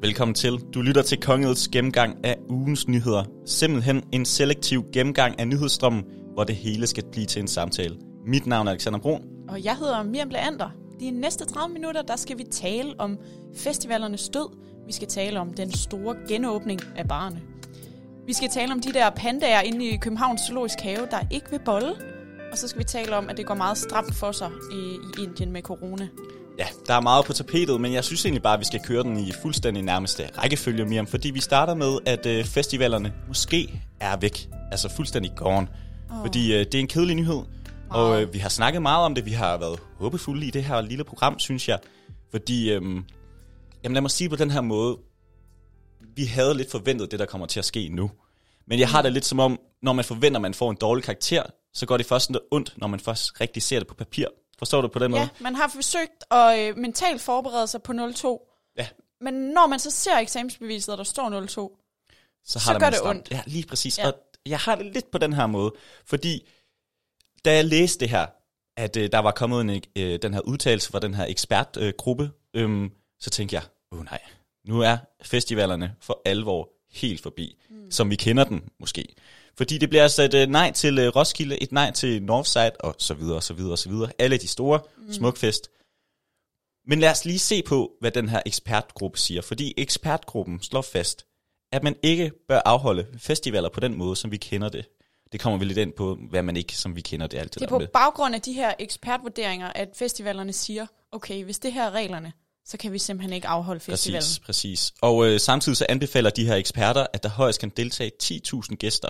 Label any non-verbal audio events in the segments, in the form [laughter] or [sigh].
Velkommen til. Du lytter til Kongets gennemgang af ugens nyheder. Simpelthen en selektiv gennemgang af nyhedsstrømmen, hvor det hele skal blive til en samtale. Mit navn er Alexander Brun. Og jeg hedder Miriam Blander. De næste 30 minutter, der skal vi tale om festivalernes død. Vi skal tale om den store genåbning af barne. Vi skal tale om de der pandaer inde i Københavns Zoologisk Have, der ikke vil bolle. Og så skal vi tale om, at det går meget stramt for sig i, i Indien med corona. Ja, der er meget på tapetet, men jeg synes egentlig bare, at vi skal køre den i fuldstændig nærmeste rækkefølge, Miriam, fordi vi starter med, at øh, festivalerne måske er væk. Altså fuldstændig gone. Oh. Fordi øh, det er en kedelig nyhed, og øh, vi har snakket meget om det. Vi har været håbefulde i det her lille program, synes jeg. Fordi, øh, jamen lad mig sige det på den her måde, vi havde lidt forventet det, der kommer til at ske nu. Men jeg har det lidt som om, når man forventer, at man får en dårlig karakter, så går det først sådan lidt ondt, når man først rigtig ser det på papir. Forstår du på den måde? Ja, man har forsøgt at øh, mentalt forberede sig på 0-2. Ja. Men når man så ser eksamensbeviset, og der står 0-2, så der gør man det stramt. ondt. Ja, lige præcis. Ja. Ja. Og jeg har det lidt på den her måde, fordi da jeg læste det her, at øh, der var kommet en, øh, den her udtalelse fra den her ekspertgruppe, øh, øhm, så tænkte jeg, åh oh, nej, nu er festivalerne for alvor helt forbi, mm. som vi kender den måske. Fordi det bliver altså et øh, nej til øh, Roskilde, et nej til Northside, og så videre, og så videre, og så videre. Alle de store, mm. smukfest. Men lad os lige se på, hvad den her ekspertgruppe siger, fordi ekspertgruppen slår fast, at man ikke bør afholde festivaler på den måde, som vi kender det. Det kommer vi lidt ind på, hvad man ikke, som vi kender det altid Det er på baggrund af de her ekspertvurderinger, at festivalerne siger, okay, hvis det her er reglerne, så kan vi simpelthen ikke afholde festivalen. Præcis, præcis. Og øh, samtidig så anbefaler de her eksperter, at der højst kan deltage 10.000 gæster,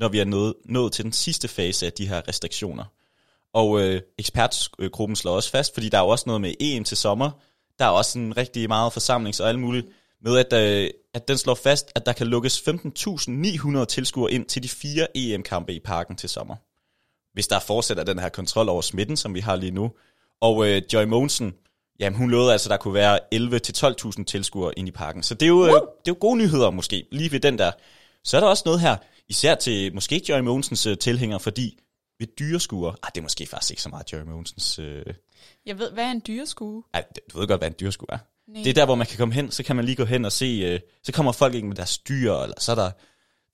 når vi er nået, nået til den sidste fase af de her restriktioner. Og øh, ekspertgruppen slår også fast, fordi der er jo også noget med EM til sommer, der er også en rigtig meget forsamlings og alt muligt, med at, øh, at den slår fast, at der kan lukkes 15.900 tilskuere ind til de fire EM-kampe i parken til sommer. Hvis der fortsætter den her kontrol over smitten, som vi har lige nu. Og øh, Joy Monsen, jamen hun lovede altså, at der kunne være 11-12.000 tilskuere ind i parken. Så det er, jo, øh, det er jo gode nyheder måske, lige ved den der. Så er der også noget her, især til måske Joy Monsens øh, tilhængere, fordi ved dyreskuer, ah, det er måske faktisk ikke så meget Joy Monsens... Øh, Jeg ved, hvad er en dyreskue? ej, du ved godt, hvad en dyrskue er. Nej. Det er der, hvor man kan komme hen, så kan man lige gå hen og se, øh, så kommer folk ind med deres dyr, eller så er der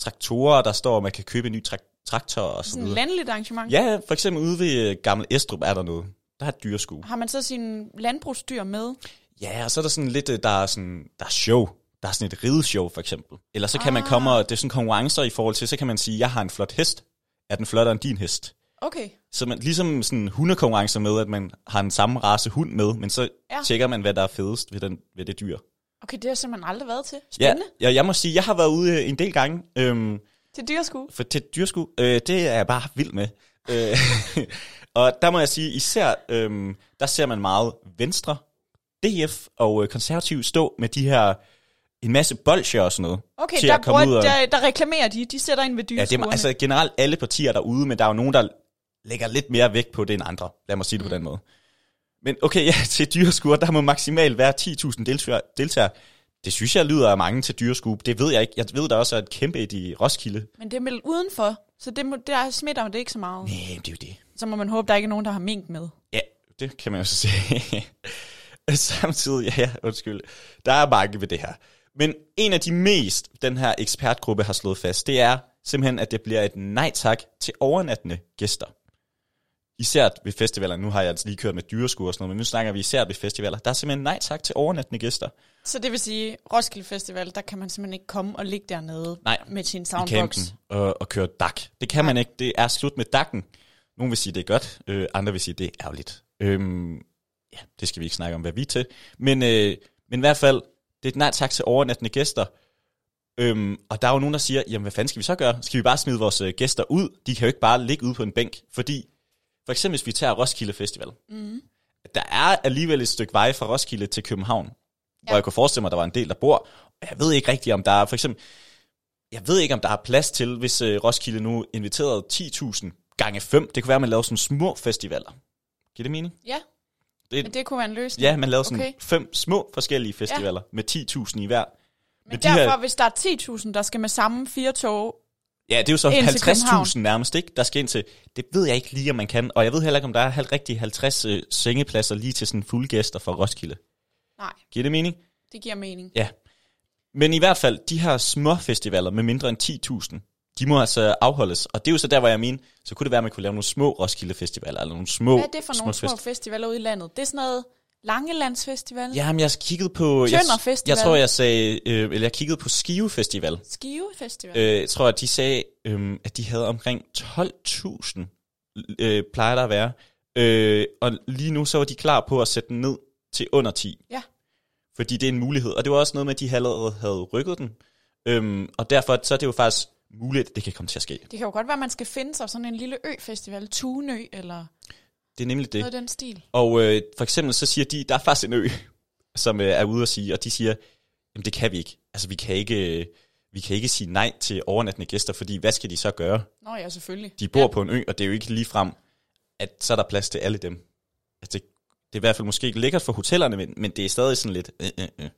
traktorer, der står, og man kan købe en ny trak- traktor og så Sådan et videre. landligt arrangement. Ja, for eksempel ude ved øh, Gammel Estrup er der noget. Der er et dyreskue. Har man så sine landbrugsdyr med? Ja, og så er der sådan lidt, øh, der er, sådan, der er show. Der er sådan et rideshow, for eksempel. Eller så kan ah. man komme, og det er sådan konkurrencer i forhold til, så kan man sige, jeg har en flot hest. Er den flottere end din hest? Okay. Så man, ligesom sådan hundekonkurrencer med, at man har den samme race hund med, men så ja. Ja. tjekker man, hvad der er fedest ved, den, ved det dyr. Okay, det har jeg simpelthen aldrig været til. Ja, Spændende. Ja. ja, jeg må sige, jeg har været ude øh, en del gange øhm, Til dyreskue. for til dyrsku. Øh, det er jeg bare vild med. Øh, [laughs] og der må jeg sige, især øhm, der ser man meget venstre, DF og øh, konservativ stå med de her en masse bolsjer og sådan noget. Okay, til der, at komme ud bruger, og, der, der reklamerer de. De sætter ind ved ja, det er, dyreskuerne. altså generelt alle partier derude, men der er jo nogen, der lægger lidt mere vægt på det end andre. Lad mig sige det mm. på den måde. Men okay, ja, [laughs] til dyreskuer, der må maksimalt være 10.000 deltagere. deltagere. Det synes jeg lyder af mange til dyreskue. Det ved jeg ikke. Jeg ved, der også er et kæmpe et i Roskilde. Men det er meldt udenfor, så det må, der smitter det ikke så meget. Nej, det er jo det. Så må man håbe, der ikke er nogen, der har mink med. Ja, det kan man jo så sige. [laughs] Samtidig, ja, ja, undskyld, der er mange ved det her. Men en af de mest, den her ekspertgruppe har slået fast, det er simpelthen, at det bliver et nej tak til overnattende gæster. Især ved festivaler, nu har jeg altså lige kørt med dyreskuer og sådan noget, men nu snakker vi især ved festivaler, der er simpelthen nej tak til overnattende gæster. Så det vil sige, Roskilde Festival, der kan man simpelthen ikke komme og ligge dernede Nej, med sin i soundbox. campen og, og køre dak. Det kan man ikke. Det er slut med dakken. Nogle vil sige, det er godt. Øh, andre vil sige, det er ærgerligt. Øhm, ja, det skal vi ikke snakke om, hvad vi er til. Men, øh, men i hvert fald, det er et nej tak til overnattende gæster. Øhm, og der er jo nogen, der siger, jamen hvad fanden skal vi så gøre? Skal vi bare smide vores øh, gæster ud? De kan jo ikke bare ligge ude på en bænk. Fordi, for eksempel hvis vi tager Roskilde Festival. Mm. Der er alligevel et stykke vej fra Roskilde til København. Ja. Hvor jeg kunne forestille mig, at der var en del, der bor. Og jeg ved ikke rigtigt, om der er for eksempel jeg ved ikke, om der er plads til, hvis øh, Roskilde nu inviterede 10.000 gange 5. Det kunne være, at man lavede sådan små festivaler. Giver det mening? Ja, Det- det, men det kunne være en løsning. Ja, man lavede sådan Okay. fem små forskellige festivaler ja. med 10.000 i hver. men de her- derfor, hvis der er 10.000, der skal med samme fire tog, Ja, det er jo så Ind til 50.000 nærmest, ikke? Der skal ind til. Det ved jeg ikke lige, om man kan. Og jeg ved heller ikke, om der er halv- rigtig 50 øh, sengepladser lige til sådan fulde gæster fra Roskilde. nej, Giver det mening? det giver mening. Ja. Men i hvert fald, de her småfestivaler med mindre end 10.000, de må altså afholdes. Og det er jo så der, hvor jeg mener, så kunne det være, at man kunne lave nogle små Roskilde-festivaler, eller nogle små Hvad er det for nogle små fest- festivaler ude i landet? Det er sådan noget Langelandsfestival, ja. Jamen, jeg kiggede på... Jeg, Tønder Festival. jeg tror, jeg sagde... Øh, eller jeg kiggede på Skive Festival. Skive Festival. Øh. Øh, jeg tror, at de sagde, øh, at de havde omkring 12.000, øh, plejer der at være. Øh, og lige nu, så var de klar på at sætte den ned til under 10. Ja. Fordi det er en mulighed. Og det var også noget med, at de allerede havde rykket den. Øhm, og derfor så er det jo faktisk muligt, at det kan komme til at ske. Det kan jo godt være, at man skal finde sig sådan en lille ø-festival, Tunø eller Det er nemlig det. noget af den stil. Og øh, for eksempel så siger de, der er faktisk en ø, [laughs] som øh, er ude at sige, og de siger, jamen det kan vi ikke. Altså vi kan ikke, øh, vi kan ikke sige nej til overnattende gæster, fordi hvad skal de så gøre? Nå ja, selvfølgelig. De bor ja. ja. på en ø, og det er jo ikke ligefrem, at så er der plads til alle dem. Altså det, det er i hvert fald måske ikke lækkert for hotellerne, men, men det er stadig sådan lidt, øh, øh, øh,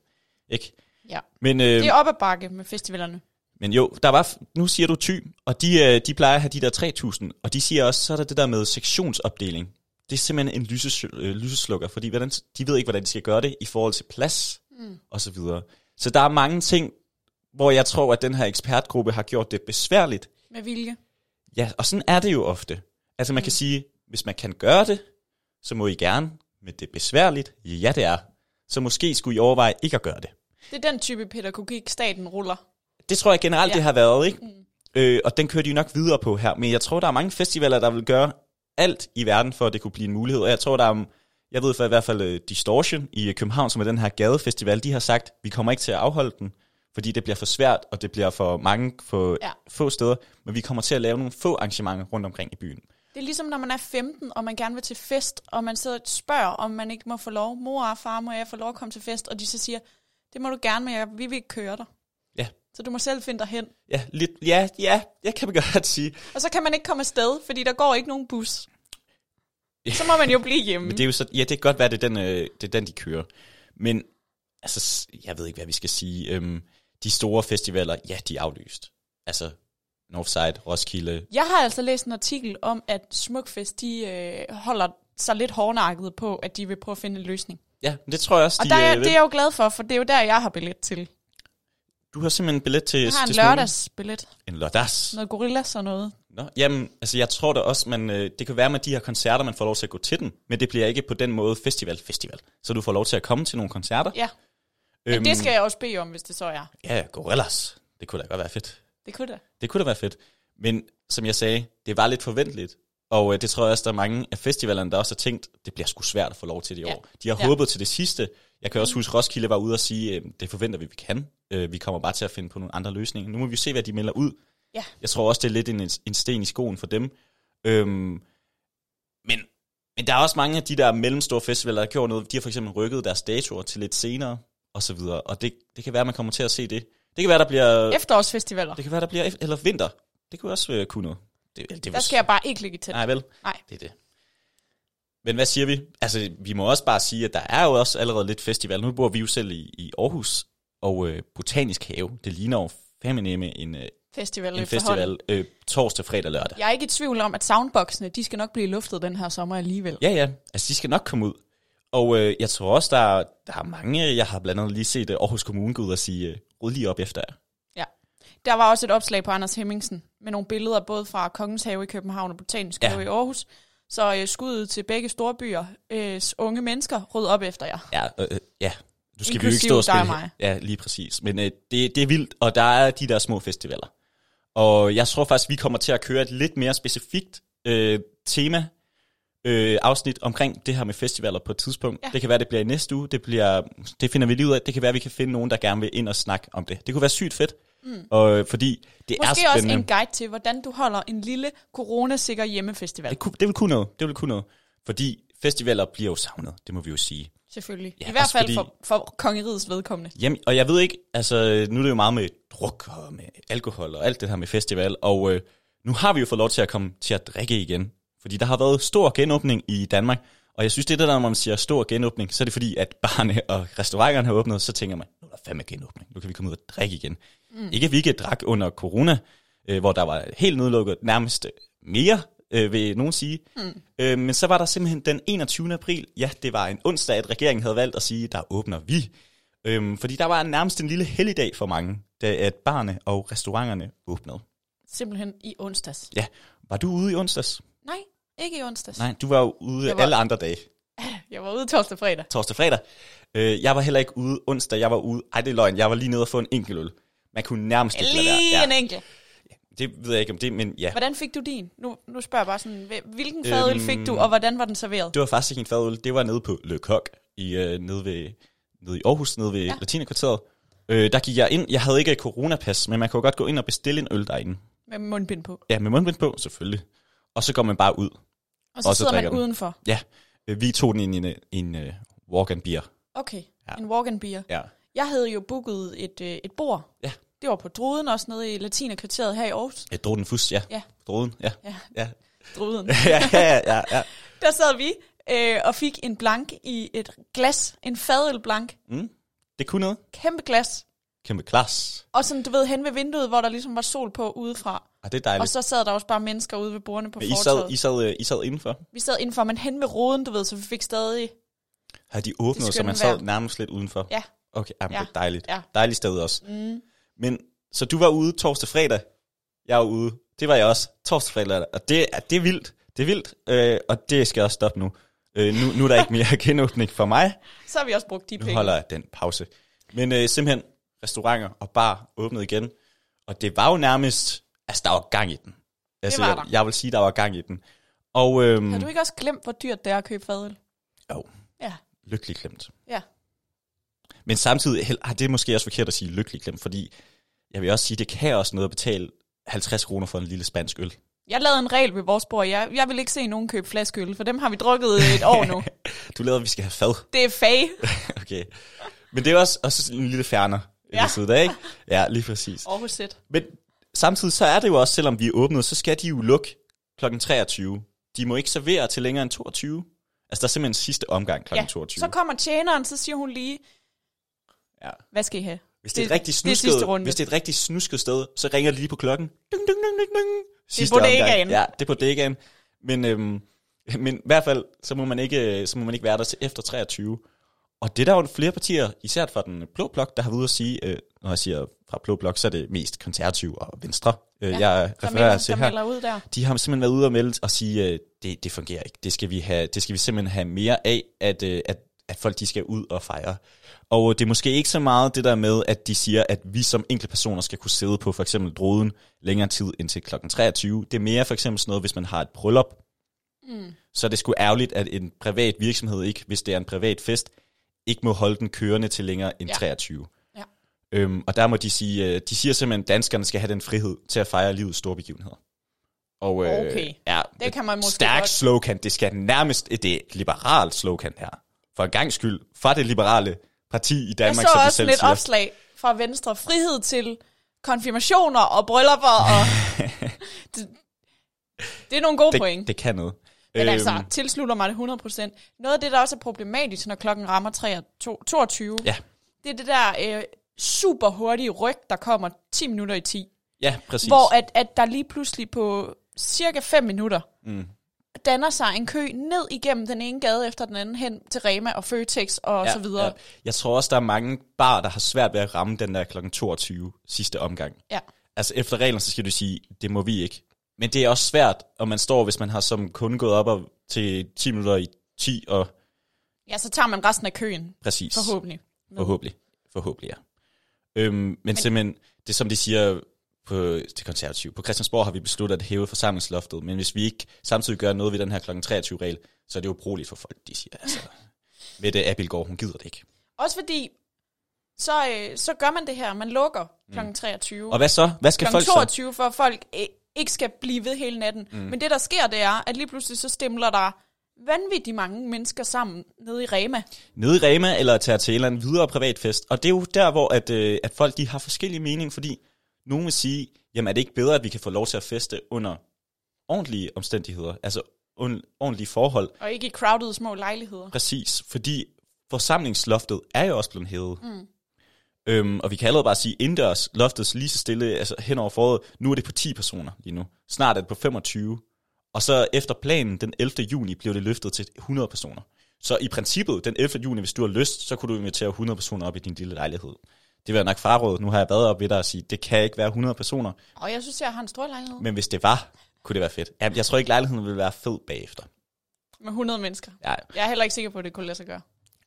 ikke? Ja. Men, øh, Det er op ad bakke med festivalerne. men jo, der var, f- nu siger du ty, og de, øh, de plejer at have de der 3.000, og de siger også, så er der det der med sektionsopdeling. Det er simpelthen en lyses, øh, lyseslukker, fordi hvordan, de ved ikke, hvordan de skal gøre det i forhold til plads mm. og så videre. Så der er mange ting, hvor jeg tror, at den her ekspertgruppe har gjort det besværligt. Med vilje. Ja, og sådan er det jo ofte. Altså man kan sige, hvis man kan gøre det, så må I gerne, men det er besværligt. Ja, det er. Så måske skulle I overveje ikke at gøre det. Det er den type pædagogik, staten ruller. Det tror jeg generelt, Ja. ja. det har været, ikke? Mm. Øh, og den kører de jo nok videre på her. Men jeg tror, der er mange festivaler, der vil gøre alt i verden, for at det kunne blive en mulighed. Og jeg tror, der er, jeg ved for i hvert fald, øh, Distortion i København, som er den her gadefestival, de har sagt, vi kommer ikke til at afholde den, fordi det bliver for svært, og det bliver for mange for Ja. ja. få steder. Men vi kommer til at lave nogle få arrangementer rundt omkring i byen. Det er ligesom, når man er 15, og man gerne vil til fest, og man sidder og spørger, om man ikke må få lov. Mor og far, må jeg få lov at komme til fest? Og de så siger, det må du gerne, men jeg, vi vil ikke køre dig. Ja. Så du må selv finde dig hen. Ja, lidt, ja, ja, jeg kan godt sige. Og så kan man ikke komme afsted, fordi der går ikke nogen bus. Så må man jo [laughs] blive hjemme. Men det er jo så, ja, det kan godt være, det er den, øh, det er den de kører. Men altså, s- jeg ved ikke, hvad vi skal sige. Øhm, de store festivaler, ja, de er aflyst. Altså, Northside, Roskilde. Jeg har altså læst en artikel om, at Smukfest, de øh, holder sig lidt hårdnakket på, at de vil prøve at finde en løsning. Ja, men det tror jeg også, Og de, der er, øh, det er jeg jo glad for, for det er jo der, jeg har billet til. Du har simpelthen en billet til... Jeg har en til lørdagsbillet. smugling. En lørdags. Noget gorillas og noget. Nå, jamen, altså jeg tror da også, man, øh, det kan være med de her koncerter, man får lov til at gå til den, men det bliver ikke på den måde festival-festival. Så du får lov til at komme til nogle koncerter. Øhm, Ja, men det skal jeg også bede om, hvis det så er. Ja, gorillas. Det kunne da godt være fedt. Det kunne da. Det kunne da være fedt. Men som jeg sagde, det var lidt forventeligt. Og øh, det tror jeg også, der er mange af festivalerne, der også har tænkt, det bliver sgu svært at få lov til i Ja. år. De har Ja. Mhm. håbet til det sidste. Jeg kan også huske, Roskilde var ude og sige, øh, det forventer vi, vi kan. Øh, vi kommer bare til at finde på nogle andre løsninger. Nu må vi jo se, hvad de melder ud. Ja. Jeg tror også, det er lidt en, en sten i skoen for dem. Øhm, men, men der er også mange af de der mellemstore festivaler, der har gjort noget. De har for eksempel rykket deres datoer til lidt senere, og så videre. Og det, det kan være, man kommer til at se det. Det kan være, der bliver... Efterårsfestivaler. Det kan være, der bliver efter, eller vinter. Det kunne også øh, kunne noget. Det, det Der skal jeg bare ikke ligge i tæt. Nej, vel? Nej. Det er det. Men hvad siger vi? Altså, vi må også bare sige, at der er jo også allerede lidt festival. Nu bor vi jo selv i, i Aarhus, og øh, Botanisk Have, det ligner jo femineme en, øh, Festival en efterhånden. festival øh, torsdag, fredag, lørdag. Jeg er ikke i tvivl om, at soundboxene, de skal nok blive luftet den her sommer alligevel. Ja, ja. Altså, de skal nok komme ud. Og øh, jeg tror også, der er, der er mange, jeg har blandt andet lige set øh, Aarhus Kommune gå ud og sige, øh, ryd lige op efter jer. Ja. Der var også et opslag på Anders Hemmingsen med nogle billeder både fra Kongens Have i København og Botanisk Ja. Have i Aarhus. Så øh, skuddet til begge store byer, øh, unge mennesker, rød op efter jer. Ja, øh, øh, ja. Du skal vi jo ikke Inklusive stå og dig og spille. mig. Ja, lige præcis. Men øh, det, det er vildt, og der er de der små festivaler. Og jeg tror faktisk, vi kommer til at køre et lidt mere specifikt øh, tema øh, afsnit omkring det her med festivaler på et tidspunkt. Ja. Ja. Det kan være, det bliver i næste uge. Det, bliver, det finder vi lige ud af. Det kan være, vi kan finde nogen, der gerne vil ind og snakke om det. Det kunne være sygt fedt, mm. og, øh, fordi det Måske er også spændende. en guide til, hvordan du holder en lille coronasikker hjemmefestival. det, kunne, det vil kunne noget. Det vil kunne noget. Fordi festivaler bliver jo savnet, det må vi jo sige. Selvfølgelig. Ja, I hvert også fald fordi- for, for kongerigets vedkommende. Jamen, og jeg ved ikke, altså nu er det jo meget med druk og med alkohol og alt det her med festival, og øh, nu har vi jo fået lov til at komme til at drikke igen, fordi der har været stor genåbning i Danmark, og jeg synes, det er det der, når man siger stor genåbning, så er det fordi, at barne og restauranterne har åbnet, så tænker man, nu er der fandme genåbning, nu kan vi komme ud og drikke igen. Mm. Ikke at vi ikke drak under corona, øh, hvor der var helt nedlukket nærmest øh, mere, øh, vil nogen sige. Mm. Øh, men så var der simpelthen den 21. april, ja, det var en onsdag, at regeringen havde valgt at sige, der åbner vi. Øhm, fordi der var nærmest en lille helligdag for mange, da at barne og restauranterne åbnede. Simpelthen i onsdags. Ja, var du ude i onsdags? Nej, ikke i onsdags. Nej, du var jo ude var... Jeg var- alle andre dage. Jeg var ude torsdag og fredag. Torsdag og fredag. Øh, jeg var heller ikke ude onsdag, jeg var ude... Ej, det er løgn. Jeg var lige nede og få en enkelt øl. Man kunne nærmest ikke lade Lige være. en Ja, enkelt. det ved jeg ikke om det, men ja. Hvordan fik du din? Nu, nu spørger jeg bare sådan, hvil- hvilken fadøl fik du, Øhm, og hvordan var den serveret? Det var faktisk ikke en fadøl. Det var nede på Le Coq i, øh, nede, ved, nede i Aarhus, nede ved ja. Latinakvarteret. Øh, der gik jeg ind. Jeg havde ikke et coronapas, men man kunne godt gå ind og bestille en øl derinde. Med mundbind på. Ja, med mundbind på, selvfølgelig. Og så går man bare ud. Og så, Og så sidder man drikker den. udenfor. Ja, øh, vi tog den ind i en, øh, en uh, walk and beer. Okay, Ja. en walk and beer. Ja. Jeg havde jo booket et, øh, et bord. Ja. Det var på Druden, også nede i Latinakvarteret her i Aarhus. Jeg drog den fus, ja. Ja. Droden, ja. Ja, Ja, [laughs] Druden. ja, ja, ja, ja. Der sad vi øh, og fik en blank i et glas. En fadølblank. Mm. Det kunne noget. Kæmpe glas. Kæmpe klasse. Og sådan, du ved, hen ved vinduet, hvor der ligesom var sol på udefra. Ah, det er dejligt. Og så sad der også bare mennesker ude ved bordene på Men I sad, fortorvet. I, sad, øh, I sad indenfor. Vi sad indenfor, men hen ved roden, du ved, så vi fik stadig... Har de Det åbnet, så skønne man vejr. sad nærmest lidt udenfor? Ja. Okay, jamen, Ja. det er dejligt. Ja. Dejligt sted også. Mm. Men, så du var ude torsdag fredag. Jeg var ude. Det var jeg også. Torsdag fredag. Og det, er- det er vildt. Det er vildt. Øh, og det skal også stoppe nu. Øh, nu. Nu er der ikke mere [laughs] genåbning for mig. Så har vi også brugt de Nu penge. holder jeg den pause. Men øh, simpelthen, restauranter og bar åbnede igen. Og det var jo nærmest, altså der var gang i den. Altså, var jeg, der. jeg vil sige, der var gang i den. Og øhm, Har du ikke også glemt, hvor dyrt det er at købe fadøl? jo, Ja, lykkelig klemt. ja. Men samtidig, hel- ah, det er måske også forkert at sige lykkelig klemt, fordi jeg vil også sige, det kan også noget at betale 50 kroner for en lille spansk øl. Jeg lavede en regel ved vores bord. Jeg, jeg vil ikke se nogen købe flaskeøl, for dem har vi drukket et år [laughs] nu. Du lader, at vi skal have fad. [laughs] Det er fag. Okay. Men det er også, også sådan en lille fjerner ja. Ja. ved siden af, ikke? Ja, lige præcis. Aarhus Sæt. Men samtidig så er det jo også, selvom vi er åbnet, så skal de jo lukke kl. 23. De må ikke servere til længere end 22. Altså, der er simpelthen sidste omgang kl. Ja. 22. Så kommer tjeneren, så siger hun lige, Ja. hvad skal I have? Hvis det, er et det- rigtig det er sidste snusket, runde. hvis det er et rigtig snusket sted, så ringer de lige på klokken. Ding, ding, ding, ding, ding. Sidste bodegaen. omgang. Ja, det er på dækgagen. Men, øhm, men i hvert fald, så må, man ikke, øh, så må man ikke være der til efter 23. Og det er der jo flere partier, især fra den blå blok, der har været ude at sige, øh, når jeg siger fra blå blok, så er det mest konservativ og venstre, øh, ja, jeg Der refererer melder, til der her. melder ud der. De har simpelthen været ude og melde og sige, øh, det, det fungerer ikke. Det skal, vi have, det skal vi simpelthen have mere af, at, øh, at, at folk de skal ud og fejre. Og øh, det er måske ikke så meget det der med, at de siger, at vi som enkelte personer skal kunne sidde på for eksempel droden længere tid end til kl. 23. Det er mere for eksempel sådan noget, hvis man har et bryllup. Mm. Så er det sgu ærgerligt, at en privat virksomhed ikke, hvis det er en privat fest, ikke må holde den kørende til længere end Ja. 23. Ja. Øhm, og der må de sige, øh, de siger simpelthen, at danskerne skal have den frihed til at fejre livets store begivenheder. Og, øh, Okay. ja, Det kan man måske stærk godt. slogan. Det skal nærmest, det er et liberalt slogan her. For en gang skyld, fra det liberale parti i Jeg Danmark, så som de også selv lidt siger. opslag fra Venstre. Frihed til konfirmationer og bryllupper. Og [laughs] det, det er nogle gode point. det, det kan noget. Øhm, Men altså, tilslutter mig det 100%. Noget af det, der også er problematisk, når klokken rammer 23, 22, ja, det er det der øh, super hurtige ryg, der kommer 10 minutter i 10. ja, præcis. Hvor at, at der lige pludselig på cirka 5 minutter mm. danner sig en kø ned igennem den ene gade efter den anden hen til Rema og Føtex og ja, så videre. Ja. Jeg tror også, der er mange bar, der har svært ved at ramme den der kl. 22 sidste omgang. ja. Altså efter reglerne, så skal du sige, det må vi ikke. Men det er også svært, og man står, hvis man har som kunde gået op og til 10 minutter i 10, og Ja, så tager man resten af køen, præcis. forhåbentlig. Forhåbentlig. Forhåbentlig, ja. Øhm, men, men simpelthen, det er som de siger på, til konservativ. På Christiansborg har vi besluttet at hæve forsamlingsloftet, men hvis vi ikke samtidig gør noget ved den her kl. 23-regel, så er det jo brugeligt for folk, de siger. Altså, Mette Abildgaard, hun gider det ikke. Også fordi, så, øh, så gør man det her. Man lukker kl. 23. Og hvad så? Hvad skal kl. folk så? 22, for at folk øh, ikke skal blive ved hele natten. Mm. Men det, der sker, det er, at lige pludselig så stemler der vanvittigt mange mennesker sammen nede i Rema. nede i Rema eller tager til en eller anden videre privatfest. Og det er jo der, hvor at, øh, at folk de har forskellige mening, fordi nogen vil sige, jamen er det ikke bedre, at vi kan få lov til at feste under ordentlige omstændigheder, altså un- ordentlige forhold. Og ikke i crowded små lejligheder. Præcis, fordi forsamlingsloftet er jo også blevet hævet. Mm. Øhm, og vi kan allerede bare sige, indendørs loftets lige så stille altså hen over foråret, nu er det på 10 personer lige nu. Snart er det på 25. Og så efter planen den 11. juni blev det løftet til 100 personer. Så i princippet, den 11. juni, hvis du har lyst, så kunne du invitere 100 personer op i din lille lejlighed. Det vil jeg nok fraråde. Nu har jeg været op ved dig og sige, det kan ikke være 100 personer. Og jeg synes, jeg har en stor lejlighed Men hvis det var, kunne det være fedt. Jamen, jeg tror ikke, lejligheden ville være fed bagefter. med 100 mennesker. Ja. Jeg er heller ikke sikker på, at det kunne lade sig gøre.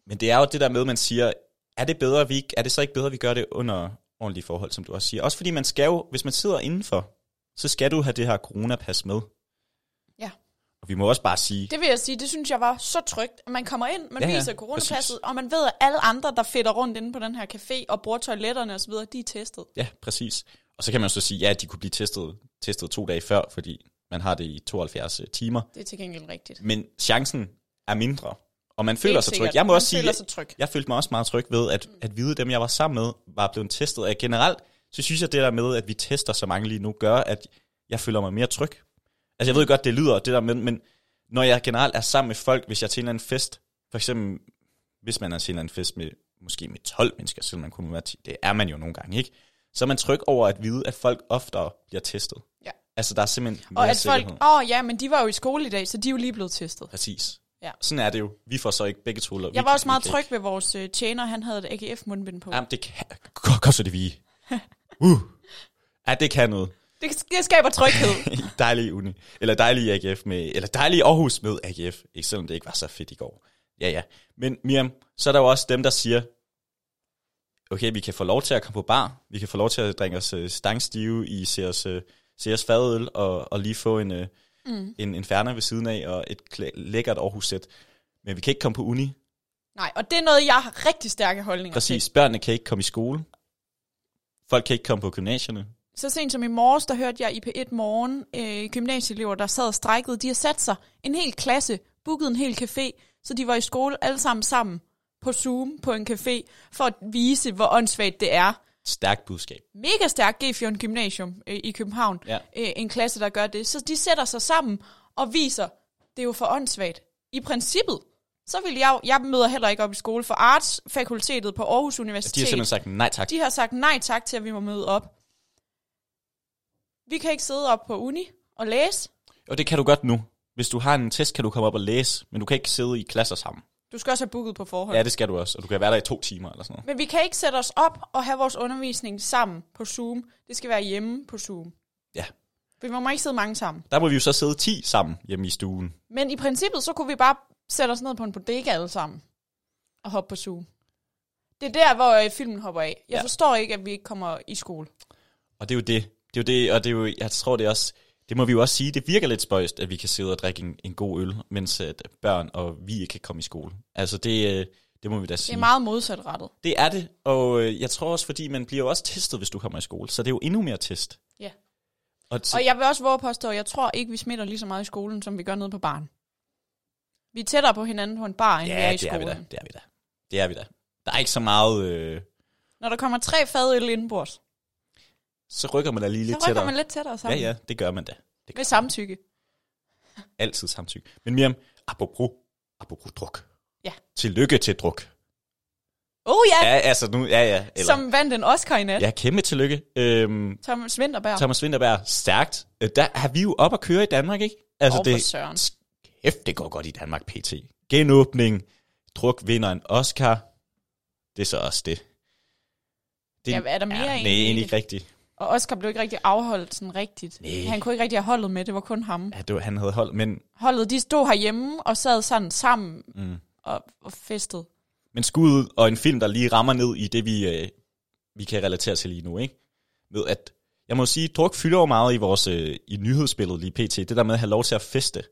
Men det er jo det der med, at man siger, er det, bedre, vi, ikke- er det så ikke bedre, at vi gør det under ordentlige forhold, som du også siger? Også fordi man skal jo, hvis man sidder indenfor, så skal du have det her coronapas med. Ja. Og vi må også bare sige, Det vil jeg sige, det synes jeg var så trygt. Man kommer ind, man Ja, ja, ja, viser præcis. coronapasset, og man ved, at alle andre, der fedter rundt inde på den her café og bruger toiletterne osv., de er testet. Ja, præcis. Og så kan man jo så sige, ja, de kunne blive testet, testet to dage før, fordi man har det i 72 timer. Det er til gengæld rigtigt. Men chancen er mindre, og man føler Helt sig tryg. sikkert. Jeg må Man også sige, føler sig tryg. jeg følte mig også meget tryg ved, at, at vide dem, jeg var sammen med, var blevet testet. Og generelt, så synes jeg det der med, at vi tester så mange lige nu, gør, at jeg føler mig mere tryg. Altså jeg ved godt, det lyder det der med, men når jeg generelt er sammen med folk, hvis jeg er til en eller anden fest, for eksempel hvis man er til en eller anden fest med måske med 12 mennesker, selvom man kun må være 10, det er man jo nogle gange, ikke? Så er man tryg over at vide, at folk oftere bliver testet. Ja. Altså der er simpelthen mere Og at folk, sikkerhed. åh oh, ja, men de var jo i skole i dag, så de er jo lige blevet testet. Præcis. Ja. Sådan er det jo. Vi får så ikke begge to lov. Jeg var også meget tryg ved vores øh, tjener, han havde et AGF-mundbind på. Jamen, det kan... Kom, kom så det vi. Uh. Ja, det kan noget. Det, det skaber tryghed. dejlig uni. Eller dejlig AGF med... Eller dejlig Aarhus med AGF. Ikke selvom det ikke var så fedt i går. Ja, ja. Men Miriam, så er der jo også dem, der siger... Okay, vi kan få lov til at komme på bar. Vi kan få lov til at drikke os øh, stangstive i se os, øh, se os fadøl og, og lige få en, øh, mm. en, en færner ved siden af og et klæ- lækkert Aarhus-sæt. Men vi kan ikke komme på uni. Nej, og det er noget, jeg har rigtig stærke holdninger til. Præcis. Børnene kan ikke komme i skole. Folk kan ikke komme på gymnasierne. Så sent som i morges, der hørte jeg i P1 Morgen øh, gymnasieelever, der sad og strækkede. De har sat sig en hel klasse, booket en hel café, så de var i skole alle sammen sammen på Zoom på en café, for at vise, hvor åndssvagt det er. Stærkt budskab. Altså, Mega stærk G4 Gymnasium øh, i København. Ja. Øh, en klasse, der gør det. Så de sætter sig sammen og viser, det er jo for åndssvagt. I princippet, så vil jeg jo- jeg møder heller ikke op i skole for Artsfakultetet på Aarhus Universitet. De har simpelthen sagt nej tak. De har sagt nej tak til, at vi må møde op. Vi kan ikke sidde op på uni og læse. Og det kan du godt nu. Hvis du har en test, kan du komme op og læse, men du kan ikke sidde i klasser sammen. Du skal også have booket på forhånd. Ja, det skal du også, og du kan være der i to timer eller sådan noget. Men vi kan ikke sætte os op og have vores undervisning sammen på Zoom. Det skal være hjemme på Zoom. Ja. Vi må ikke sidde mange sammen. Der må vi jo så sidde 10 sammen hjemme i stuen. Men i princippet, så kunne vi bare sætte os ned på en bodega alle sammen og hoppe på Zoom. Det er der, hvor øh, filmen hopper af. Jeg Ja. ja. forstår ikke, at vi ikke kommer i skole. Og det er jo det. Det er jo det, og det er jo, jeg tror det er også, det må vi jo også sige, det virker lidt spøjst, at vi kan sidde og drikke en, en god øl, mens at børn og vi ikke kan komme i skole. Altså det, øh, det må vi da Det sige. er meget modsatrettet. det, er det, og øh, jeg tror også, fordi man bliver jo også testet, hvis du kommer i skole, så det er jo endnu mere test. Ja. Og, t- Og jeg vil også våge at påstå, at jeg tror ikke, vi smitter lige så meget i skolen, som vi gør nede på baren. Vi er tættere på hinanden på en bar, end vi er ja, i det er vi skolen. da. Det er vi da. Det er vi da. Der er ikke så meget... Øh, Når der kommer tre fadøl indenbords, så rykker man da lige så lidt rykker tættere. man lidt tættere Ja, sammen. ja, det gør man da. Det gør Med samtykke. altid samtykke. Men Miriam, apropos, apropos druk. Ja. Tillykke til druk. Oh ja, Ja, altså nu, ja, ja. Eller... som vandt en Oscar i nat. Ja. Ja, kæmpe tillykke. Øhm, Thomas Vinterberg. Thomas Vinterberg, stærkt. Øh, Der er vi jo op at køre i Danmark, ikke? Altså, Åh, for søren. Kæft, det går godt i Danmark, PT. Genåbning. Druk vinder en Oscar. Det er så også det. det Ja, er der mere ja, Nej, egentlig i egentlig det? ikke rigtigt. Og Oscar blev ikke rigtig afholdt sådan rigtigt. Næ. Han kunne ikke rigtig have holdet med, det var kun ham. Ja, det var, han havde holdt, men Holdet, de stod herhjemme og sad sådan sammen mm. og, og festede. Men skud og en film, der lige rammer ned i det, vi, øh, vi kan relatere til lige nu, ikke? Ved at, jeg må sige, druk fylder jo meget i vores øh, i nyhedsbilledet lige pt. Det der med at have lov til at feste.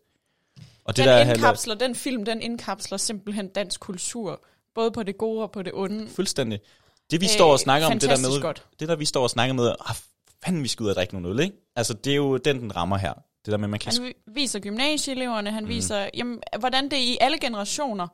Og Den der at have lov- indkapsler, den film, den indkapsler simpelthen dansk kultur. Både på det gode og på det onde. Fuldstændig. Det vi Øh, står og snakker om, det der fantastisk med, godt. det der vi står og snakker med, ah, fanden vi skal ud og drikke nogle øl, ikke? Altså, det er jo den, den rammer her. Det der med, man kan... Han vi- viser gymnasieeleverne, han mm. viser, jamen, hvordan det i alle generationer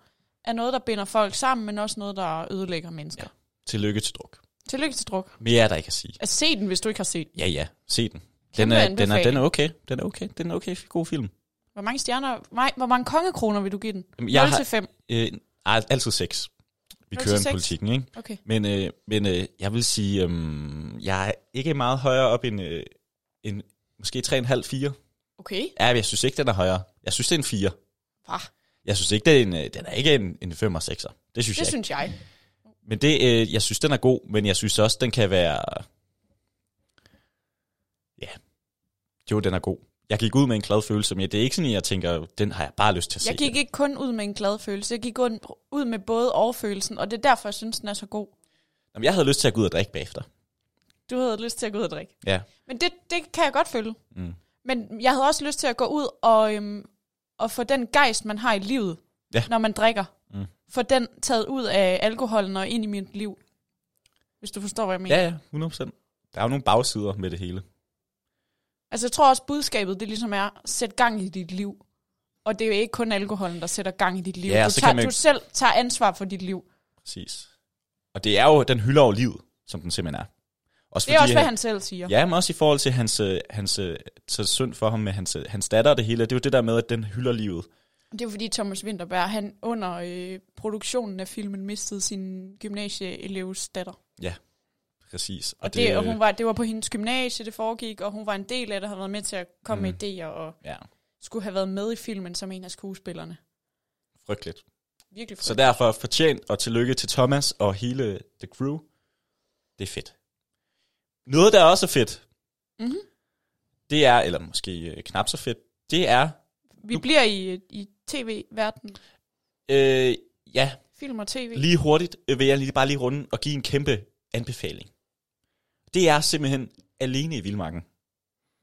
er noget, der binder folk sammen, men også noget, der ødelægger mennesker. Ja. Tillykke til druk. Tillykke til druk. Mere er der ikke at sige. Altså, se den, hvis du ikke har set den. Ja, ja. Se den. Den Kæmpe er, den, er, den er anbefaling. okay. Den er okay. Den er okay. God film. Hvor mange stjerner, nej, hvor mange kongekroner vil du give den? Jamen, jeg har- 0-5. Øh, al- altid sex. Vi Nul til kører en seks? politikken, ikke? Okay. Men, øh, men øh, jeg vil sige, øh, jeg er ikke meget højere op end, øh, end måske 3,5-4. Okay. Ja, jeg synes ikke, den er højere. Jeg synes, det er en 4. Hva? Jeg synes ikke, det er en, øh, den er ikke en, en 5 og 6'er. Det synes jeg Det ikke. synes jeg. Men det, øh, jeg synes, den er god, men jeg synes også, den kan være... Ja. Jo, den er god. Jeg gik ud med en glad følelse, men det er ikke sådan, at jeg tænker, den har jeg bare lyst til at Jeg se. gik ikke kun ud med en glad følelse, jeg gik ud- ud med både overfølelsen, og det er derfor, jeg synes, den er så god. Jamen, jeg havde lyst til at gå ud og drikke bagefter. Du havde lyst til at gå ud og drikke. Ja. Men det, det kan jeg godt følge. Mm. Men jeg havde også lyst til at gå ud og, øhm, og få den gejst, man har i livet, Ja. når man drikker. Mm. Få den taget ud af alkoholen og ind i mit liv. Hvis du forstår, hvad jeg mener. Ja, ja, 100%. Der er jo nogle bagsider med det hele. Altså, jeg tror også, budskabet det ligesom er, sæt gang i dit liv. Og det er jo ikke kun alkoholen, der sætter gang i dit liv. Ja, du, så tager, kan man- du selv tager ansvar for dit liv. Præcis. Og det er jo, den hylder over livet, som den simpelthen er. Også Det er også, hvad at- han selv siger. Ja, men også i forhold til hans, øh, hans, øh, så synd for ham med hans, øh, hans datter og det hele. Det er jo det der med, at den hylder livet. Det er jo fordi Thomas Winterberg, han under øh, produktionen af filmen, mistede sin gymnasieelevs datter. Præcis. øh, Og det, det, og hun var, det var på hendes gymnasie, det foregik, og hun var en del af det, havde været med til at komme Mm. mm. med idéer, og Ja, skulle have været med i filmen som en af skuespillerne. frygteligt. Virkelig Så fedt. derfor fortjent og tillykke til Thomas og hele The Crew. Det er fedt. Noget, der også er fedt, Mhm. det er, eller måske øh, knap så fedt, det er, Vi bliver i, i tv-verdenen. øh, ja, Film og tv. lige hurtigt øh, vil jeg lige, bare lige runde og give en kæmpe anbefaling. Det er simpelthen Alene i Vildmarken.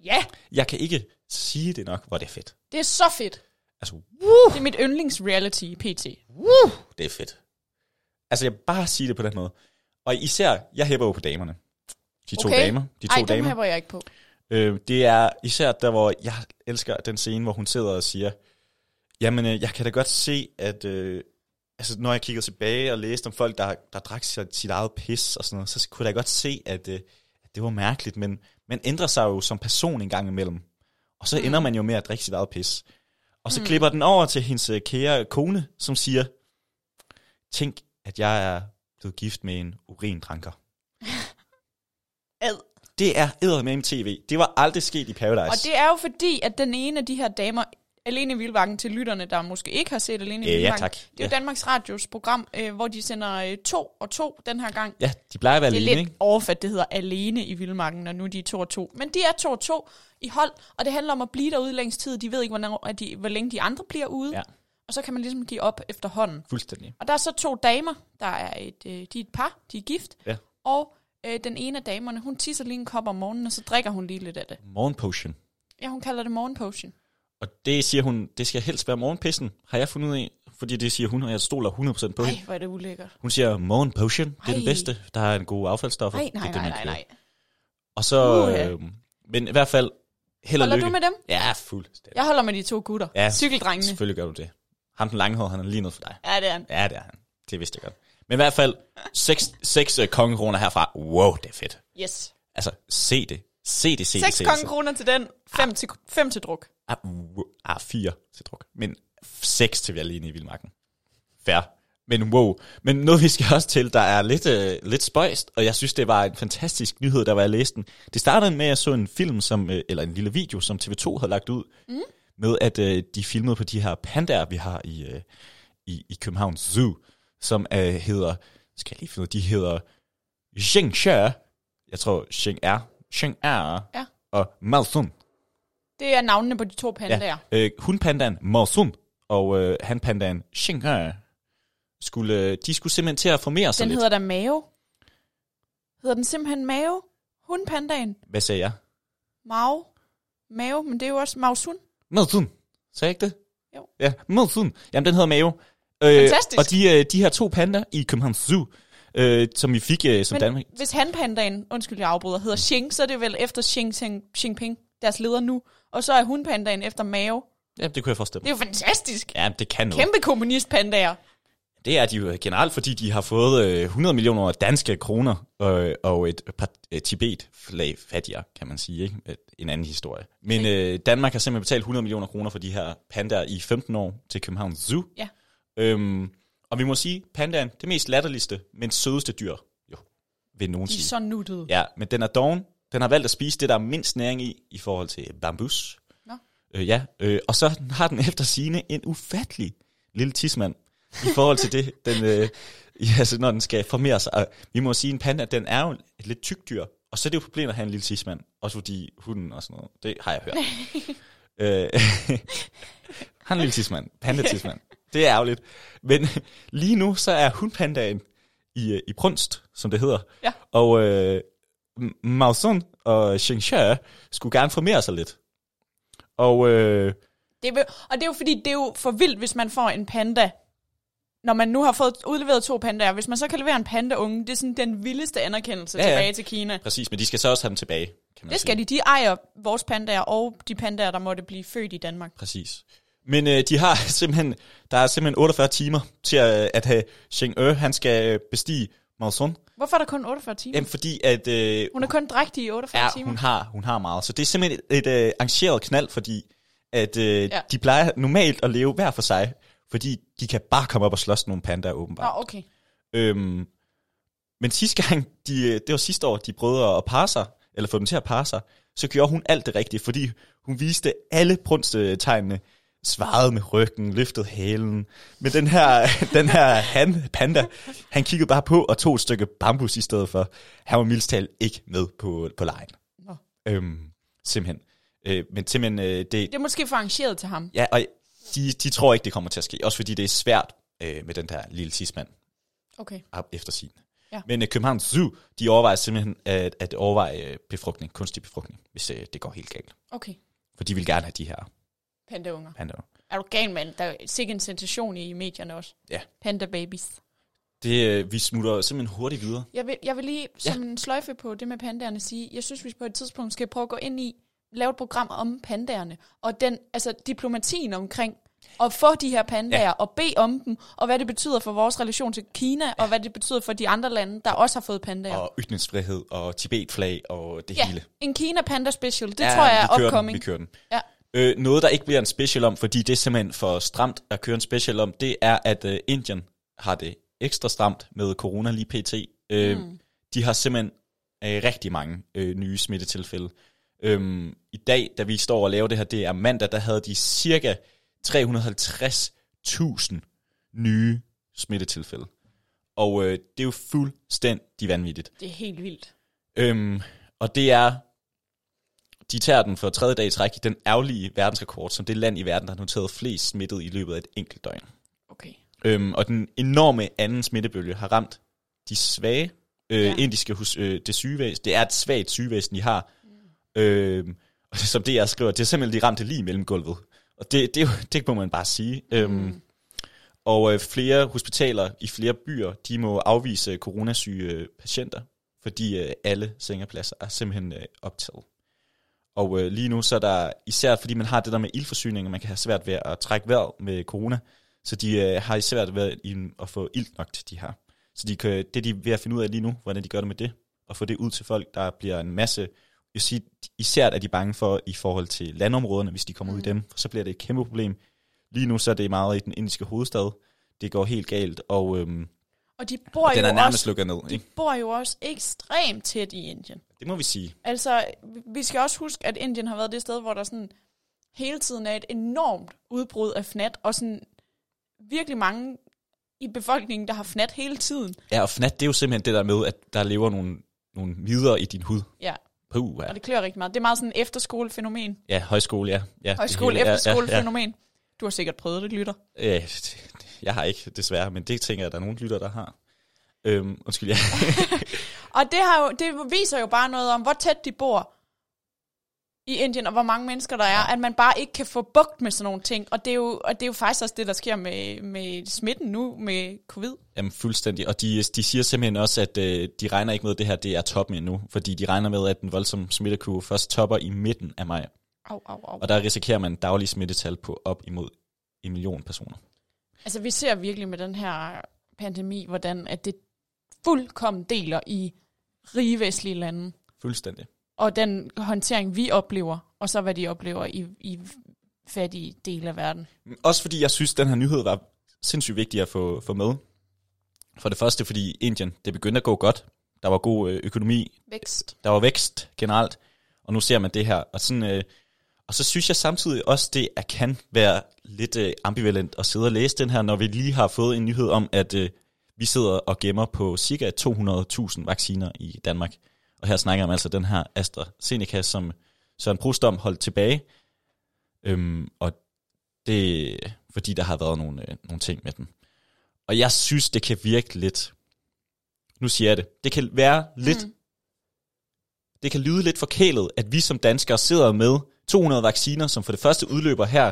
Ja, Jeg kan ikke sige det nok, hvor det er fedt. det er så fedt. Altså, Det er mit yndlingsreality i PT. Woo, det er fedt. Altså, jeg vil bare sige det på den måde. Og især, jeg hæpper jo på damerne. De to Okay. damer. De to Ej, dem damer. hæber jeg ikke på. Øh, det er især der, hvor jeg elsker den scene, hvor hun sidder og siger, jamen, øh, jeg kan da godt se, at øh, altså, når jeg kiggede tilbage og læste om folk, der, der drak sig sit eget pis og sådan noget, så kunne jeg da godt se, at, øh, at det var mærkeligt, men man ændrer sig jo som person en gang imellem. Og så mm. ender man jo med at drikke sit eget pis. Og så mm. klipper den over til hendes øh, kære kone, som siger, tænk, at jeg er blevet gift med en urindranker. Ad. Det er eddermame tv. Det var aldrig sket i Paradise. Og det er jo fordi, at den ene af de her damer, Alene i Vildbakken til lytterne, der måske ikke har set Alene i Ja, ja, Vildbakken, tak. det er jo Ja. Danmarks Radios program, øh, hvor de sender øh, to og to den her gang. Ja, de plejer at være Det er alene, lidt ikke? overfat, det hedder alene i Vildmarken, og nu er de to og to. Men de er to og to i hold, og det handler om at blive derude længst tid. De ved ikke, hvornår, at de, hvor længe de andre bliver ude. Ja. Og så kan man ligesom give op efterhånden. Fuldstændig. Og der er så to damer, der er et, øh, de er et par, de er gift. Ja. Og øh, den ene af damerne, hun tisser lige en kop om morgenen, og så drikker hun lige lidt af det. Morgen potion. Ja, hun kalder det morgenpotion. Og det siger hun, det skal helst være morgenpissen, har jeg fundet ud af. Fordi det siger hun, og jeg stoler 100% på Nej, hende. hvor er det ulækkert. Hun siger, morgen potion, det er den Ej. bedste. Der er en god affaldsstoffer. Nej, det nej, er det, nej, man nej, kører. nej. Og så, Uha. øh, men i hvert fald, held og Holder lykke. du med dem? Ja, fuldstændig. Jeg holder med de to gutter. Ja, Cykeldrengene. Selvfølgelig gør du det. Ham den langhårede, han er lige noget for dig. Ja, det er han. Ja, det er han. Det vidste jeg godt. Men i hvert fald, seks, seks øh, kongekroner herfra. Wow, det er fedt. Yes. Altså, se det. Se det, se det, Seks se det. se det. kongekroner til den, fem til, fem til druk. Ah, wow. ah, fire til druk. Men seks til vi er alene i Vildmarken. Fair. Men wow. Men noget vi skal også til, der er lidt, øh, lidt spøjst, og jeg synes, det var en fantastisk nyhed, der var jeg læste den. Det startede med, at jeg så en film, som, øh, eller en lille video, som TV2 havde lagt ud, mm. med at øh, de filmede på de her pandaer, vi har i, øh, i, i Københavns Zoo, som øh, hedder, skal jeg lige finde ud af, de hedder Xingxia, jeg tror Xing'er, Xing'er, Ja. og Malsun. Det er navnene på de to pandaer. Ja. Øh, hun pandaen Morsun og øh, han pandaen Shinker skulle, øh, de skulle simpelthen til at formere sig Den lidt. hedder da Mave. Hedder den simpelthen Mave? Hun pandaen. Hvad sagde jeg? Mave. Mave, men det er jo også Mausun. Morsun. Sagde jeg ikke det? Jo. Ja, Morsun. Jamen, den hedder Mave. Øh, Fantastisk. Og de, øh, de her to panda i Københavns Zoo, øh, som vi fik øh, som Men Danmark. hvis han pandaen, undskyld jeg afbryder, hedder Xing, så er det vel efter Xing, Xing, Xing Ping, deres leder nu. Og så er hun pandaen efter Mave. Ja, det kunne jeg forestille Det er mig. jo fantastisk. Ja, det kan noget. Kæmpe kommunistpandaer. Det er de jo generelt, fordi de har fået øh, 100 millioner danske kroner øh, og et par øh, Tibet-flag fattigere, kan man sige. Ikke? Øh, En anden historie. Men øh, Danmark har simpelthen betalt 100 millioner kroner for de her pandaer i 15 år til København Zoo. Ja. Øhm, og vi må sige, pandaen, det mest latterligste, men sødeste dyr, jo, vil nogen De er sige. så nuttede. Ja, men den er doven. Den har valgt at spise det, der er mindst næring i, i forhold til bambus. Nå. Øh, ja, øh, og så har den efter sine en ufattelig lille tismand i forhold til det, den, øh, [laughs] ja, altså, når den skal formere sig. Og vi må sige, en panda, den er jo et lidt tyk dyr, og så er det jo et problem at have en lille tismand, også fordi hunden og sådan noget, det har jeg hørt. øh, [laughs] han er en lille tismand, pandatismand. Det er ærgerligt. Men lige nu, så er hundpandaen i, øh, i prunst, som det hedder. Ja. Og øh, M- Mao Zun og Xingxia skulle gerne formere sig lidt. Og øh, Det er, vel- og det er jo fordi, det er jo for vildt, hvis man får en panda. Når man nu har fået udleveret to pandaer, hvis man så kan levere en pandaunge, det er sådan den vildeste anerkendelse ja, Ja, ja. ja. tilbage til Kina. præcis, men de skal så også have dem tilbage, kan man sige. Det skal de. De ejer vores pandaer og de pandaer, der måtte blive født i Danmark. Præcis. Men øh, de har [laughs] simpelthen, der er simpelthen 48 timer til at, at have Xing E, han skal øh, bestige Mao Zun. Hvorfor er der kun 48 timer? Jamen fordi, at øh, hun er kun drægtig i 48 ja, timer. hun, har, hun har meget. Så det er simpelthen et, et øh, arrangeret knald, fordi at, øh, ja. Ja. de plejer normalt at leve hver for sig, fordi de kan bare komme op og slås med nogle pandaer åbenbart. Nå, okay. Øhm, men sidste gang, de, øh, det var sidste år, de prøvede at parre sig, eller få dem til at parre sig, så gjorde hun alt det rigtige, fordi hun viste alle brunstetegnene, svarede med ryggen, løftede halen. Men den her, [laughs] den her han, panda, han kiggede bare på og tog et stykke bambus i stedet for. Han var mildest talt ikke med på, på lejen. Nå. Øhm, simpelthen. Øh, men simpelthen, øh, det, Det er måske for arrangeret til ham. ja, og de, de tror ikke, det kommer til at ske. Også fordi det er svært øh, med den der lille tidsmand Okay. op efter sin. Ja. Ja. Men uh, Københavns Zoo, de overvejer simpelthen at, at overveje øh, befrugtning, kunstig befrugtning, hvis uh, det går helt galt. Okay. For de vil gerne have de her Pandaunger. pandaer. Er du gal, mand? Der er sikkert en sensation i medierne også. Ja. Panda babies. Det, uh, vi smutter simpelthen hurtigt videre. Jeg vil, jeg vil lige som en sløjfe på det med pandaerne sige, jeg synes, vi på et tidspunkt skal prøve at gå ind i, lave et program om pandaerne, og den, altså diplomatien omkring at få de her pandaer, Ja. ja. og bede om dem, og hvad det betyder for vores relation til Kina, ja. og hvad det betyder for de andre lande, der også har fået pandaer. Ja. Og ytringsfrihed og Tibet-flag og det ja, hele. en Kina-panda-special, det ja, tror jeg vi er kører upcoming. Den, vi kører den. Ja. Øh, noget, der ikke bliver en special om, fordi det er simpelthen for stramt at køre en special om, det er, at øh, Indien har det ekstra stramt med corona lige pt. Øh, mm. De har simpelthen øh, rigtig mange øh, nye smittetilfælde. Øhm, I dag, da vi står og laver det her, det er mandag, der havde de cirka 350.000 nye smittetilfælde. Og øh, det er jo fuldstændig vanvittigt. Det er helt vildt. Øhm, og det er, de tager den for tredje dag i træk i den ærgerlige verdensrekord, som det land i verden, der har noteret flest smittet i løbet af et enkelt døgn. Okay. Øhm, og den enorme anden smittebølge har ramt de svage øh, ja. Ja. indiske hus, øh, det sygevæsen. Det er et svagt sygevæsen, de har. Mm. Øhm, og som det, jeg skriver, det er simpelthen de ramte lige mellem gulvet. Og det, det, er jo- det må man bare sige. Mm. Øhm, og øh, flere hospitaler i flere byer, de må afvise coronasyge øh, patienter, fordi øh, alle sengepladser er simpelthen øh, optaget. Og øh, lige nu så er der, især fordi man har det der med ildforsyning, og man kan have svært ved at trække vejret med corona, så de øh, har svært ved i- at få ild nok til de her. Så de kan, det de er ved at finde ud af lige nu, hvordan de gør det med det, og få det ud til folk, der bliver en masse, jeg siger, især er de bange for i forhold til landområderne, hvis de kommer mm. ud i dem, for så bliver det et kæmpe problem. Lige nu så er det meget i den indiske hovedstad, det går helt galt, og øhm, Og de bor, den jo, er nærmest også, lukket ned. de Ikke? bor jo også ekstremt tæt i Indien. Det må vi sige. Altså, vi- vi skal også huske, at Indien har været det sted, hvor der sådan hele tiden er et enormt udbrud af fnat, og sådan virkelig mange i befolkningen, der har fnat hele tiden. Ja, og fnat, det er jo simpelthen det der med, at der lever nogle, nogle midder i din hud. Ja, Puh, ja. og det klør rigtig meget. Det er meget sådan et efterskolefænomen. Ja, højskole, ja. ja det Højskole, hele, ja, efterskolefænomen. Du har sikkert prøvet det, lytter. Ja, ja. Øh, det- det- Jeg har ikke, desværre, men det tænker jeg, at der er nogen lytter, der har. Øhm, undskyld, ja. Og det, har jo, det viser jo bare noget om, hvor tæt de bor i Indien, og hvor mange mennesker der er, at man bare ikke kan få bugt med sådan nogle ting. Og det er jo, og det er jo faktisk også det, der sker med, med smitten nu med covid. Jamen, fuldstændig. Og de, de siger simpelthen også, at øh, de regner ikke med, at det her det er toppen endnu, fordi de regner med, at den voldsomme smittekurve først topper i midten af maj. Au, au, au. Og der risikerer man daglige smittetal på op imod en million personer. Altså, vi ser virkelig med den her pandemi, hvordan at det fuldkommen deler i rige vestlige lande, Fuldstændig. og den håndtering, vi oplever, og så hvad de oplever i, i fattige dele af verden. Også fordi jeg synes, den her nyhed var sindssygt vigtig at få, få med. For det første, fordi Indien, det begyndte at gå godt. Der var god øh, økonomi, Vækst. der var vækst generelt, og nu ser man det her. Og sådan, øh, Og så synes jeg samtidig også, det er, kan være lidt øh, ambivalent at sidde og læse den her, når vi lige har fået en nyhed om, at øh, vi sidder og gemmer på ca. 200.000 vacciner i Danmark. Og her snakker man altså den her AstraZeneca, som Søren Brustom holdt tilbage. Øhm, og det er, fordi der har været nogle, øh, nogle ting med den. Og jeg synes, det kan virke lidt... Nu siger jeg det. Det kan være lidt... Mm. Det kan lyde lidt forkælet, at vi som danskere sidder med 200 vacciner, som for det første udløber her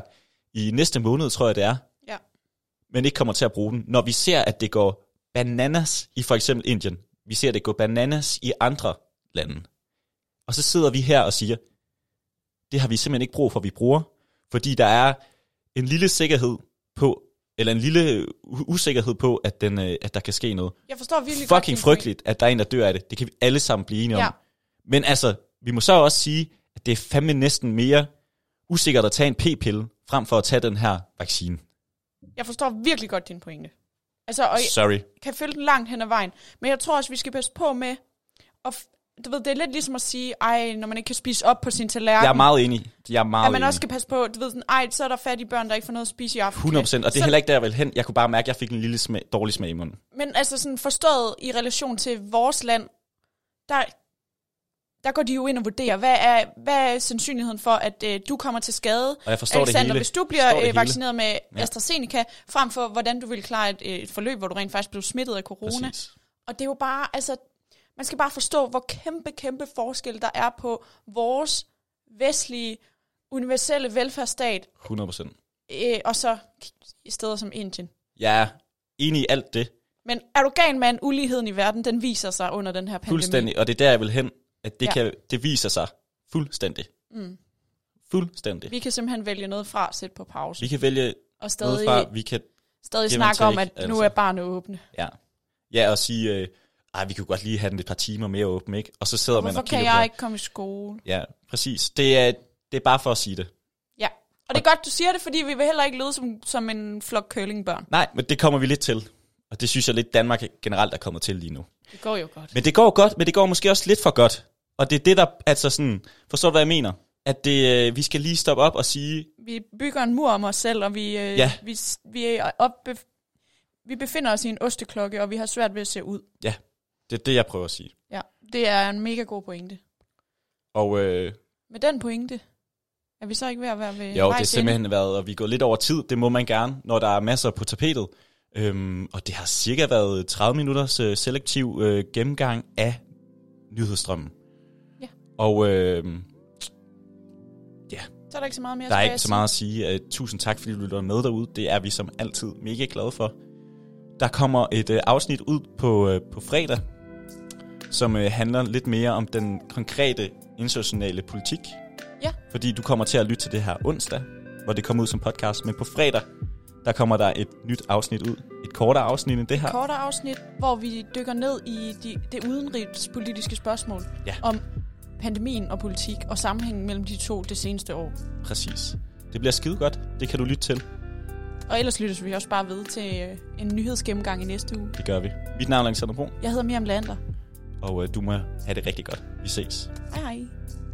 i næste måned, tror jeg det er. Ja. Men ikke kommer til at bruge den. Når vi ser, at det går bananas i for eksempel Indien. Vi ser det gå bananas i andre lande. Og så sidder vi her og siger, det har vi simpelthen ikke brug for, vi bruger. Fordi der er en lille sikkerhed på, eller en lille u- usikkerhed på, at, den, øh, at der kan ske noget. Jeg forstår virkelig godt din Fucking point. frygteligt, at der er en, der dør af det. Det kan vi alle sammen blive enige om. Ja. Men altså, vi må så også sige, at det er fandme næsten mere usikkert at tage en p-pille, frem for at tage den her vaccine. Jeg forstår virkelig godt din pointe. Altså, og jeg Sorry. kan følge den langt hen ad vejen. Men jeg tror også, vi skal passe på med... Og du ved, det er lidt ligesom at sige, ej, når man ikke kan spise op på sin tallerken. Jeg er meget enig. Jeg er meget at man enig. også skal passe på, du ved sådan, ej, så er der fattige børn, der ikke får noget at spise i aften. 100 procent, og det er Så- heller ikke der, jeg vil hen. Jeg kunne bare mærke, at jeg fik en lille smag, dårlig smag i munden. Men altså sådan forstået i relation til vores land, der, der går de jo ind og vurderer, hvad er, hvad er sandsynligheden for, at øh, du kommer til skade, Og jeg forstår det Alexander, hele. hvis du Forstår det bliver øh, hele. vaccineret med ja. AstraZeneca, frem for hvordan du vil klare et, øh, et forløb, hvor du rent faktisk blev smittet af corona. Præcis. Præcis. Og det er jo bare, altså, man skal bare forstå, hvor kæmpe, kæmpe forskel der er på vores vestlige, universelle velfærdsstat, 100 procent. øh, og så i steder som Indien. Jeg er enig i alt det. Men er du gal mand, uligheden i verden, den viser sig under den her pandemi. Fuldstændig. Og det er der, jeg vil hen, at det, Ja. ja. kan, det viser sig fuldstændig. Mm. Fuldstændig. Vi, Vi kan simpelthen vælge noget fra at sætte på pause. vi kan vælge Og noget stadig, fra, vi kan stadig Give and snakke om, at take, altså. nu altså. er barnet åbne. Ja. Ja, og sige, øh, ej, vi kunne godt lige have den et par timer mere åben, ikke? Og så sidder man Hvorfor og kigger kan på jeg ikke komme i skole? Ja, præcis. Det er, det er bare for at sige det. Ja. Og det er godt, du siger det, fordi vi vil heller ikke lyde som, som en flok curlingbørn. Nej, men det kommer vi lidt til. Og det synes jeg lidt, Danmark generelt er kommet til lige nu. Det går jo godt. Men det går godt, men det går måske også lidt for godt. Og det er det, der, altså sådan, forstår du, hvad jeg mener? At det, øh, vi skal lige stoppe op og sige, Vi bygger en mur om os selv, og vi, øh, Ja. vi, s- vi, er op, vi befinder os i en osteklokke, og vi har svært ved at se ud. ja, det er det, jeg prøver at sige. Ja. Det er en mega god pointe. Og øh, Med den pointe, er vi så ikke ved at være ved jo, det har vejs ende? simpelthen været, og vi er gået lidt over tid, det må man gerne, når der er masser på tapetet. Øhm, og det har cirka været 30 minutters øh, selektiv øh, gennemgang af nyhedsstrømmen. Ja. Og øh, Så er der ikke så meget mere Der er tilbage ikke at så sige. meget at sige. Øh, Tusind tak, fordi du lytter med derude. Det er vi som altid mega glade for. Der kommer et øh, afsnit ud på, øh, på fredag, som øh, handler lidt mere om den konkrete internationale politik. Ja. Fordi du kommer til at lytte til det her onsdag, hvor det kommer ud som podcast. Men på fredag, der kommer der et nyt afsnit ud. Et kortere afsnit end det her. kortere afsnit, hvor vi dykker ned i de, det udenrigspolitiske spørgsmål Ja. om pandemien og politik og sammenhængen mellem de to det seneste år. Præcis. Det bliver skide godt. Det kan du lytte til. Og ellers lyttes vi også bare ved til øh, en nyhedsgennemgang i næste uge. Det gør vi. Mit navn er Alexander Brun, Jeg hedder Miriam Lander. og øh, du må have det rigtig godt. Vi ses. Hej hej.